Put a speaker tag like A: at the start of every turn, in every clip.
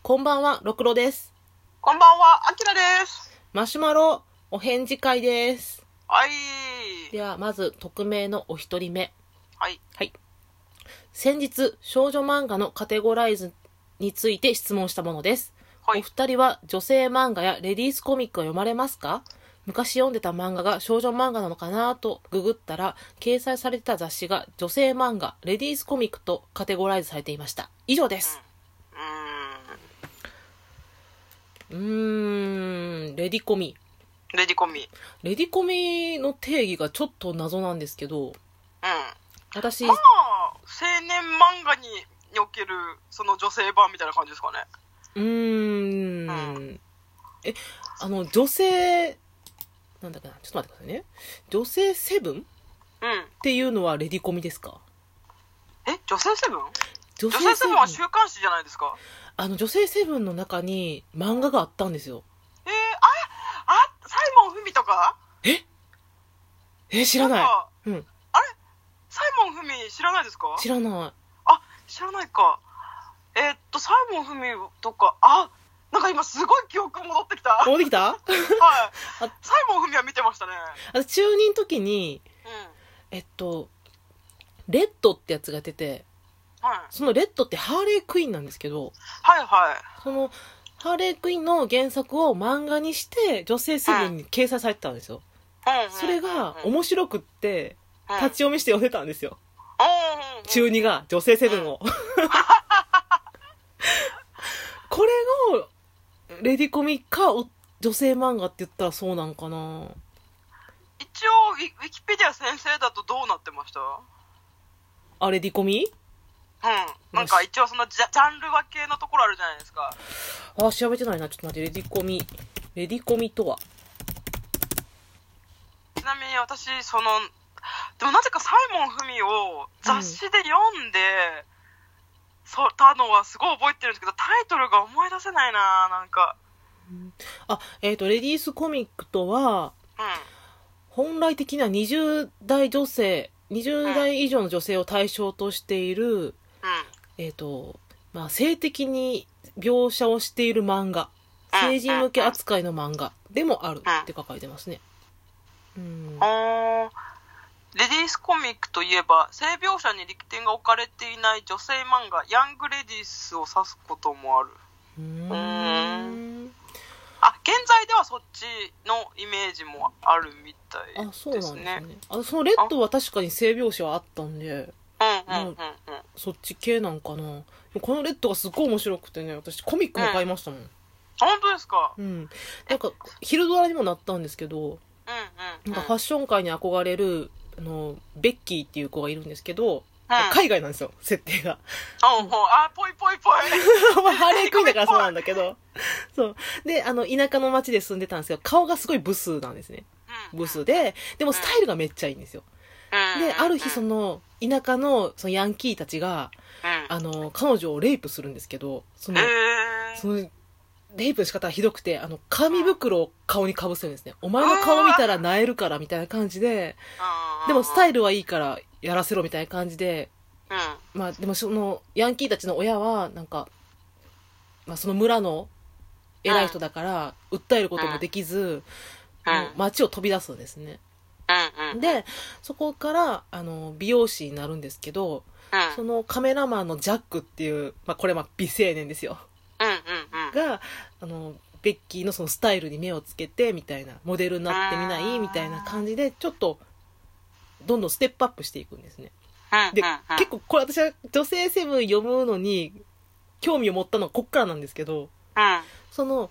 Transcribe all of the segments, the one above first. A: こんばんは、ろくろです。
B: こんばんは、あきらです。
A: マシュマロ、お返事会です。
B: はい。
A: では、まず、匿名のお一人目。
B: はい。
A: はい。先日、少女漫画のカテゴライズについて質問したものです。
B: はい
A: お二人は女性漫画やレディースコミックは読まれますか昔読んでた漫画が少女漫画なのかなとググったら、掲載されてた雑誌が女性漫画、レディースコミックとカテゴライズされていました。以上です。
B: うーん。
A: うーん、レディコミ。
B: レディコミ。
A: レディコミの定義がちょっと謎なんですけど、
B: うん。
A: 私、
B: まあ、青年漫画における、その女性版みたいな感じですかね。
A: うー。
B: うん
A: え、あの、女性、なんだっけな、ちょっと待ってくださいね。女性セブンっ
B: うん。
A: ていうのはレディコミですか
B: え、女性セブン
A: 女
B: 女性セブンは週刊誌じゃないですか。
A: あの、女性セブンの中に漫画があったんですよ。
B: えー、あ、あ、サイモンフミとか
A: え、知ら
B: なん
A: な
B: か、
A: い。うん、
B: サイモンフミ知らないですか
A: 知らない。
B: あ、知らないか。えーっと、サイモンフミとか、あ、なんか今すごい記憶戻ってきた。はい。
A: 戻ってきた
B: サイモンフミは見てましたね。
A: あ中二の時に、
B: うん。
A: えっと、レッドってやつが出て、
B: はい、
A: そのレッドってハーレークイーンなんですけど、
B: はいはい
A: その、ハーレークイーンの原作を漫画にして、女性セブンに掲載されてたんですよ。
B: うんうんうんうん。
A: それが、
B: うん、
A: 面白くって、立ち
B: ち、
A: 読みして読んでたんですよ。
B: うんうん、
A: 中二が、女性セブン を。これを、レディコミか、お女性漫画って言ったらそうなんかな
B: 一応ウィ、ウィキペディア先生だとどうなってましたう
A: あ、レディコミ
B: ん。なんか一応そのジャジャンル分けのところあるじゃないですか。
A: あ、調べてないな。ちょっと待って、レディコミ。レディコミとは。
B: ちなみに私、その、でもなぜかサイモン・フミを雑誌で読んで、そたのはすごい覚えてるんですけど、タイトルが思い出せないななんか。
A: あ、えっ、と、レディースコミックとは、
B: うん。
A: 本来的な20代女性、20代以上の女性を対象としている、
B: うん。
A: えっ、と、まあ、性的に描写をしている漫画。
B: うん
A: 成人向け扱いの漫画でもある
B: うん
A: って書かれてますね。うん。
B: あーレディースコミックといえば性描写に力点が置かれていない女性漫画ヤングレディースを指すこともある
A: うーん。
B: あ現在ではそっちのイメージもあるみたい
A: あ、そうなん
B: で
A: です
B: す
A: ね
B: ね。
A: あそのレッドは確かに性描写はあったんで、
B: うんうんうんうん
A: そっち系なんかな。このレッドがすっごい面白くてね、私コミックも買いましたもん。
B: 本当ですか
A: うん。なんか、昼ドラにもなったんですけど、
B: うん
A: なん
B: うんう
A: か
B: ん
A: ファッション界に憧れる、あの、ベッキーっていう子がいるんですけど、
B: うん
A: 海外なんですよ、設定 が。
B: うんうんあぽいぽいぽ い
A: まあハーレークイーンだからそうなんだけど。そう。で、あの、田舎の町で住んでたんですけど、顔がすごいブスなんですね。
B: うん
A: ブスで、でもスタイルがめっちゃいいんですよ。で、ある日そ
B: うん
A: の、田舎のそのヤンキーたちが、あの、彼女をレイプするんですけど、そ
B: うん
A: の
B: え、
A: そ
B: ー
A: の、レイプの仕方がひどくて、あの、紙袋を顔に被せるんですね。お前の顔見たら萎えるから、みたいな感じで、でもスタ
B: イ
A: イルはいいからやらせろみたいな感じで、
B: ルうん
A: まあでもそのヤンキーたちの親はなんか、まあ、その村の偉い人だから訴えることもできず、
B: うん
A: もう街を飛び出すんですね。
B: うんうん
A: で、そこからあの美容師になるんですけど、
B: うん
A: そのカメラマンのジャックっていう、まあこれまあ美青年ですよ。
B: うんうんうん
A: が、あの、ベッキーのそのスタイルに目をつけて、みたいな、モデルになってみな
B: う
A: い
B: ん
A: みたいな感じで、ちょっと、どんどんステップアップしていくんですね。
B: うん
A: で、
B: うんうん
A: 結構これ私は女性セブン読むのに興味を持ったのはこっからなんですけど、
B: うん
A: その、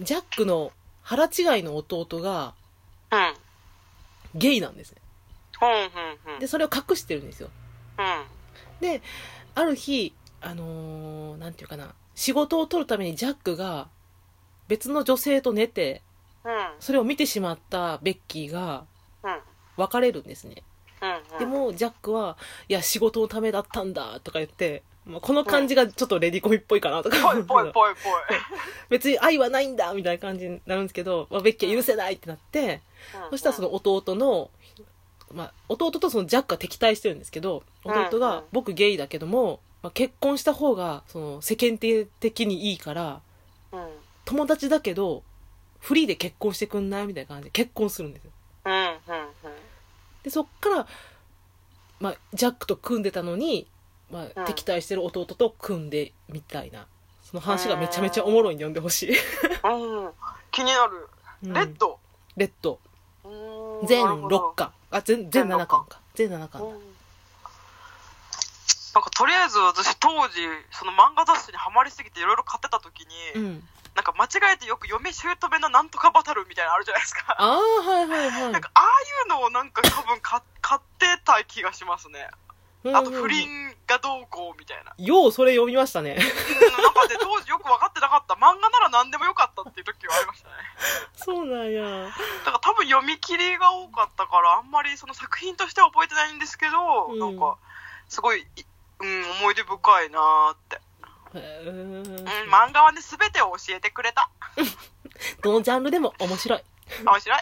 A: ジャックの腹違いの弟が
B: うん。うん
A: ゲイなんですね。
B: うんうん。
A: で、それを隠してるんですよ。
B: うん。
A: で、ある日、あのーなんていうかな、仕事を取るためにジャックが別の女性と寝て、
B: うん。
A: それを見てしまったベッキーが
B: うん。
A: 別れるんですね。
B: うん。
A: で、も、ジャックは、いや、仕事のためだったんだ、とか言って、まあ、この感じがちょっとレディコミっぽいかな、とか
B: ぽ
A: 思う
B: い
A: け
B: ぽい
A: ど。
B: ぽいぽい。
A: 別に愛はないんだ、みたいな感じになるんですけど、まあ、ベッキーは許せないってなって、 そしたらその弟の、まあ、弟とそのジャックが敵対してるんですけど、弟
B: うん
A: が、僕ゲイだけども、まあ、結婚した方がその世間的にいいから
B: うん。うん。
A: 友達だけどフリーで結婚してくんないみたいな感じで結婚するんですよ
B: うん。うん。
A: でそっから、まあ、ジャックと組んでたのに、ま
B: う
A: あ、
B: ん
A: 敵対してる弟と組んでみたいなその話がめちゃめちゃおもろいんで読んでほしい、
B: うん。うん。気になる。
A: うん
B: レッド。
A: レッド
B: うん
A: 全
B: なるほど
A: 6巻あ全全7巻か全7巻だ
B: なんかとりあえず私当時その漫画雑誌にハマりすぎていろいろ買ってた時
A: う
B: に、
A: ん
B: なんか間違えてよく嫁姑のなんとかバトルみたいなのあるじゃないですか
A: ああはいはいはい
B: なんかああいうのをなんか多分か買ってた気がしますねあと
A: うんうん
B: 不倫がどうこうみたいな、
A: ようそれ読みましたね
B: うん、なんかで当時よく分かってなかった漫画なら何でもよかったっていう時はありましたね
A: そうなんや
B: だから多分読み切りが多かったからあんまりその作品としては覚えてないんですけど、
A: うん
B: なんかすごい、いうん、思い出深いなーって、
A: へー
B: うん、漫画はね全てを教えてくれた
A: どのジャンルでも面白い
B: 面白い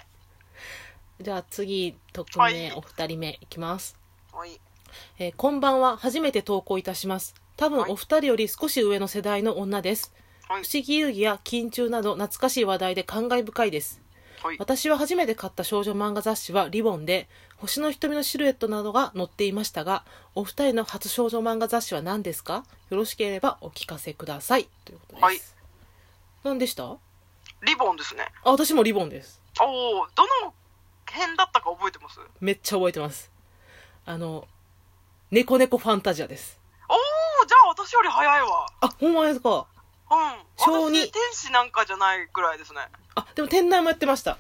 A: じゃあ次特命、
B: はい
A: お二人目いきます
B: もういい
A: えーこんばんは初めて投稿いたします多分お二人より少し上の世代の女です
B: は
A: 不
B: い
A: 思議遊戯や金中など懐かしい話題で感慨深いです
B: はい
A: 私は初めて買った少女漫画雑誌はリボンで星の瞳のシルエットなどが載っていましたがお二人の初少女漫画雑誌は何ですかよろしければお聞かせくださいということです、
B: はい
A: 何でしたあ
B: リボンですね
A: 私もリボンです
B: おおどの辺だったか覚えてますお
A: めっちゃ覚えてますあの猫猫ファンタジアです
B: おじゃあ私より早いわ
A: あほんまですか
B: うん
A: 小
B: 私
A: 二
B: 天使なんかじゃないぐらいですね
A: あでも店内もやってました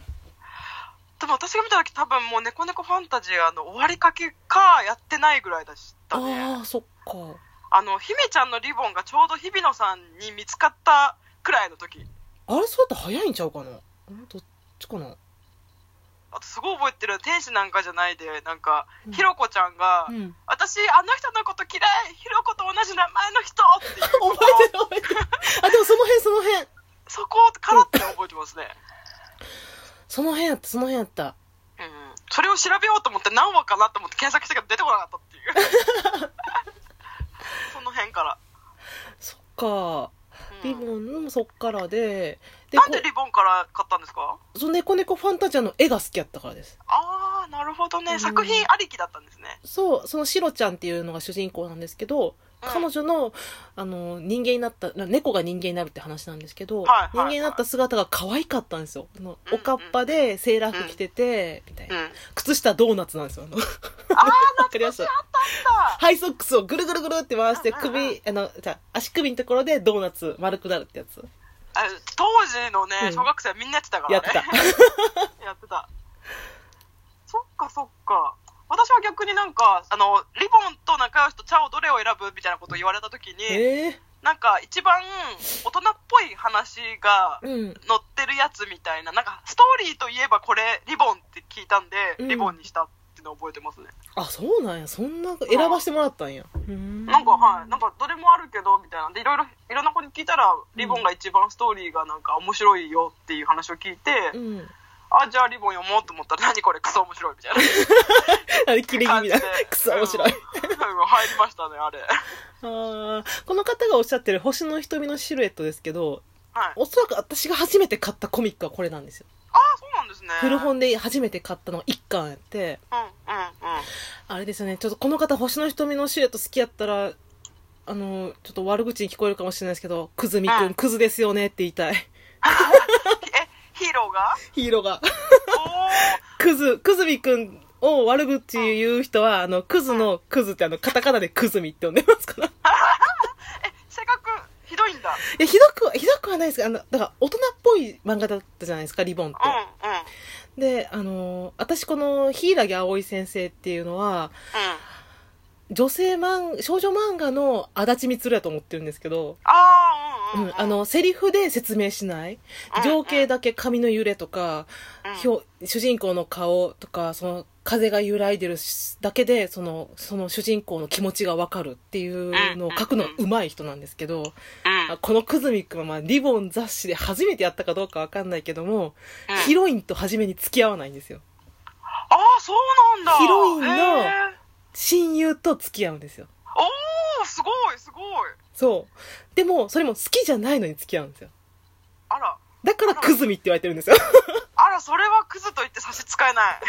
B: でも私が見た時多分もう「猫猫ファンタジア」の終わりかけかやってないぐらいでしたね
A: ああそっか
B: あの、姫ちゃんのリボンがちょうど日比野さんに見つかったくらいの時。
A: あれそうやったら早いんちゃうかなうんどっちかな
B: あとすごい覚えてる天使なんかじゃないで、なんか
A: う、ん
B: ひろこちゃんが、
A: うん
B: 私、あの人のこと嫌いひろこと同じ名前の人っていう
A: 覚えてる覚えてるあでもその辺その辺
B: そこからって覚えてますね。
A: その辺やったその辺やった
B: うん。それを調べようと思って何話かなと思って検索したけど出てこなかったっていう。 その辺から。
A: そっか
B: うん
A: リボンもそっからでで
B: なんでリボンから買ったんですか
A: こその猫猫ファンタジアの絵が好きやったからです
B: あー、なるほどね。
A: うん
B: 作品ありきだったんですね。
A: そうそのシロちゃんっていうのが主人公なんですけど
B: うん
A: 彼女のあの人間になったな猫が人間になるって話なんですけど、
B: はいはい
A: 人
B: はい
A: 間になった姿が可愛かったんですよあの
B: うん
A: おかっぱでセーラー服着てて、みたいな
B: うん。あー、
A: 靴下ドーナツなんですよあの わかりました
B: あっ
A: ハイソックスをぐるぐるぐるって回して
B: うんうんうん
A: 首あのじゃあ足首のところでドーナツ丸くなるってやつ
B: たあ当時のね
A: う、ん
B: 小学生はみんなやってたから
A: やっ
B: ね。
A: てた
B: やってた。そっかそっか。私は逆になんか、あの、リボンと仲良しとチャオどれを選ぶみたいなことを言われたときに、
A: ええ
B: なんか一番大人っぽい話が
A: うん
B: 載ってるやつみたいな、なんかストーリーといえばこれ、リボンって聞いたんで、
A: うん
B: リボンにしたっていうのを覚えてますね。
A: あそうなんやそんな選ばしてもらったんやな
B: なんかはい、なんかどれもあるけど、みたいなんで、いろいろ、いろんな子に聞いたら、リボンが一番ストーリーがなんか面白いよっていう話を聞いて、
A: うん
B: あ、じゃあリボン読もうと思ったら、何これクソ面白いみたいな。
A: あれ切れ気味だ
B: 感じで
A: くそ面白い、
B: うんうん入りましたね、あれ。
A: あーこの方がおっしゃってる星の瞳のシルエットですけど
B: はい。
A: おそらく私が初めて買ったコミックはこれなんですよ
B: ああ、そうなんですね。
A: 古
B: うん、うん、うん。
A: 本で初めて買ったのが1巻やってあれですよねちょっとこの方星の瞳のシルエット好きやったらあのちょっと悪口に聞こえるかもしれないですけどくずみく
B: うん
A: んクズですよねって言いたい
B: え、ヒーロ ーが
A: ヒーローが
B: おー
A: クズ、クズミくんを悪口言う人は、あの、クズのクズってあの、カタカナでクズミって呼んでます から。
B: え、性格、ひどいんだ。
A: え、ひどくは、ひどくはないですけど、あの、だから大人っぽい漫画だったじゃないですか、リボンって
B: うん、。うん、うん。
A: で、あの、私この、ヒイラギアオイ先生っていうのは、女性漫、少女漫画の足立みつるやと思ってるんですけど、
B: ああ、う、
A: うん
B: うん。
A: ん、あ、の、セリフで説明しない。情景だけ髪の揺れとか、
B: うん、
A: ひょ主人公の顔とかその風が揺らいでるしだけでそのその主人公の気持ちがわかるっていうのを書くのうまい人なんですけど、
B: うん、
A: あこのくずみくんは、まあ、リボン雑誌で初めてやったかどうかわかんないけども、
B: うん
A: ヒロインと初めに付き合わないんですよ
B: ああ、そうなんだ。
A: ヒロインの
B: へー
A: 親友と付き合うんですよ
B: おおすごいすごい
A: そう。でも、それも好きじゃないのに付き合うんですよ。
B: あら
A: だからクズミって言われてるんですよ。
B: あらそれはクズと言って差し支えない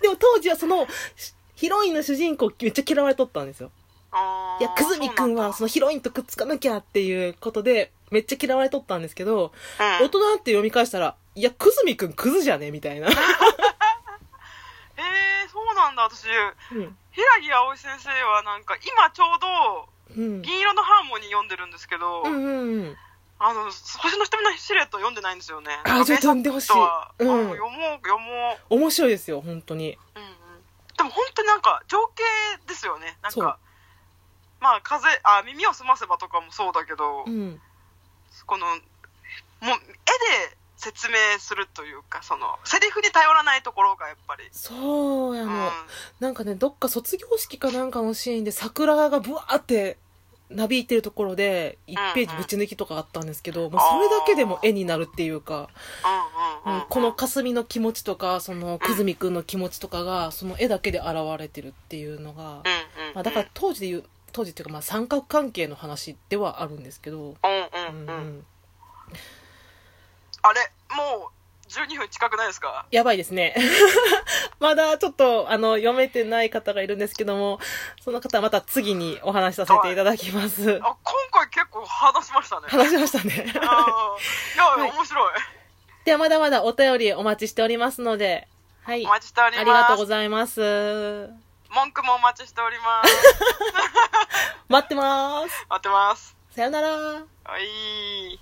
A: でも当時はその、しヒロインの主人公めっちゃ嫌われとったんですよ。
B: あ ー
A: いや、くずみくんはそのヒロインとくっつかなきゃっていうことで、めっちゃ嫌われとったんですけど、
B: そうなん
A: 大
B: だうん
A: 人になって読み返したら、いや、くずみくんクズじゃねみたいな。
B: えー、そうなんだ私
A: うん。
B: 平木葵先生はなんか今ちょうど
A: うん。
B: 銀色のハーモニー読んでるんですけど、
A: うんうんうん。
B: あの星の瞳のシルエット読んでないんですよね。
A: あーじゃあ読んでほしい
B: 名作は
A: うん
B: あの読もう読も
A: 面白いですよ、本当に。
B: う。うんうん。でも本当になんか情景ですよね。なん
A: そう
B: かまあ風あ耳を澄ませばとかもそうだけど、
A: うん。
B: このもう絵で説明するというかそのセリフに頼らないところがやっぱり。
A: そうや
B: うん、
A: の。
B: あ
A: なんかね、どっか卒業式かなんかのシーンで桜がブワーってなびいてるところで、1ページぶち抜きとかあったんですけど、もうそれだけでも絵になるっていうか、
B: う
A: うん
B: うん
A: ん
B: うん、
A: このかすみの気持ちとか、そのくずみくんの気持ちとかが、その絵だけで現れてるっていうのが
B: う、んうん
A: まあ、だから当時で言う、当時っていうかまあ三角関係の話ではあるんですけど、
B: うんうん
A: う
B: うん。
A: ん
B: あれもう12分近くないですか？
A: やばいですね。 まだちょっとあの読めてない方がいるんですけども、その方はまた次にお話しさせていただきます。
B: あ今回結構話し ましたね。
A: 話しましたね。
B: あーいや、
A: はい
B: 面白い。
A: ではまだまだお便りお待ちしておりますので、はい
B: お。待ちしております。
A: ありがとうございます。
B: 文句もお待ちしており ます。
A: 待ってます。
B: 待ってます。
A: さよなら。
B: はい。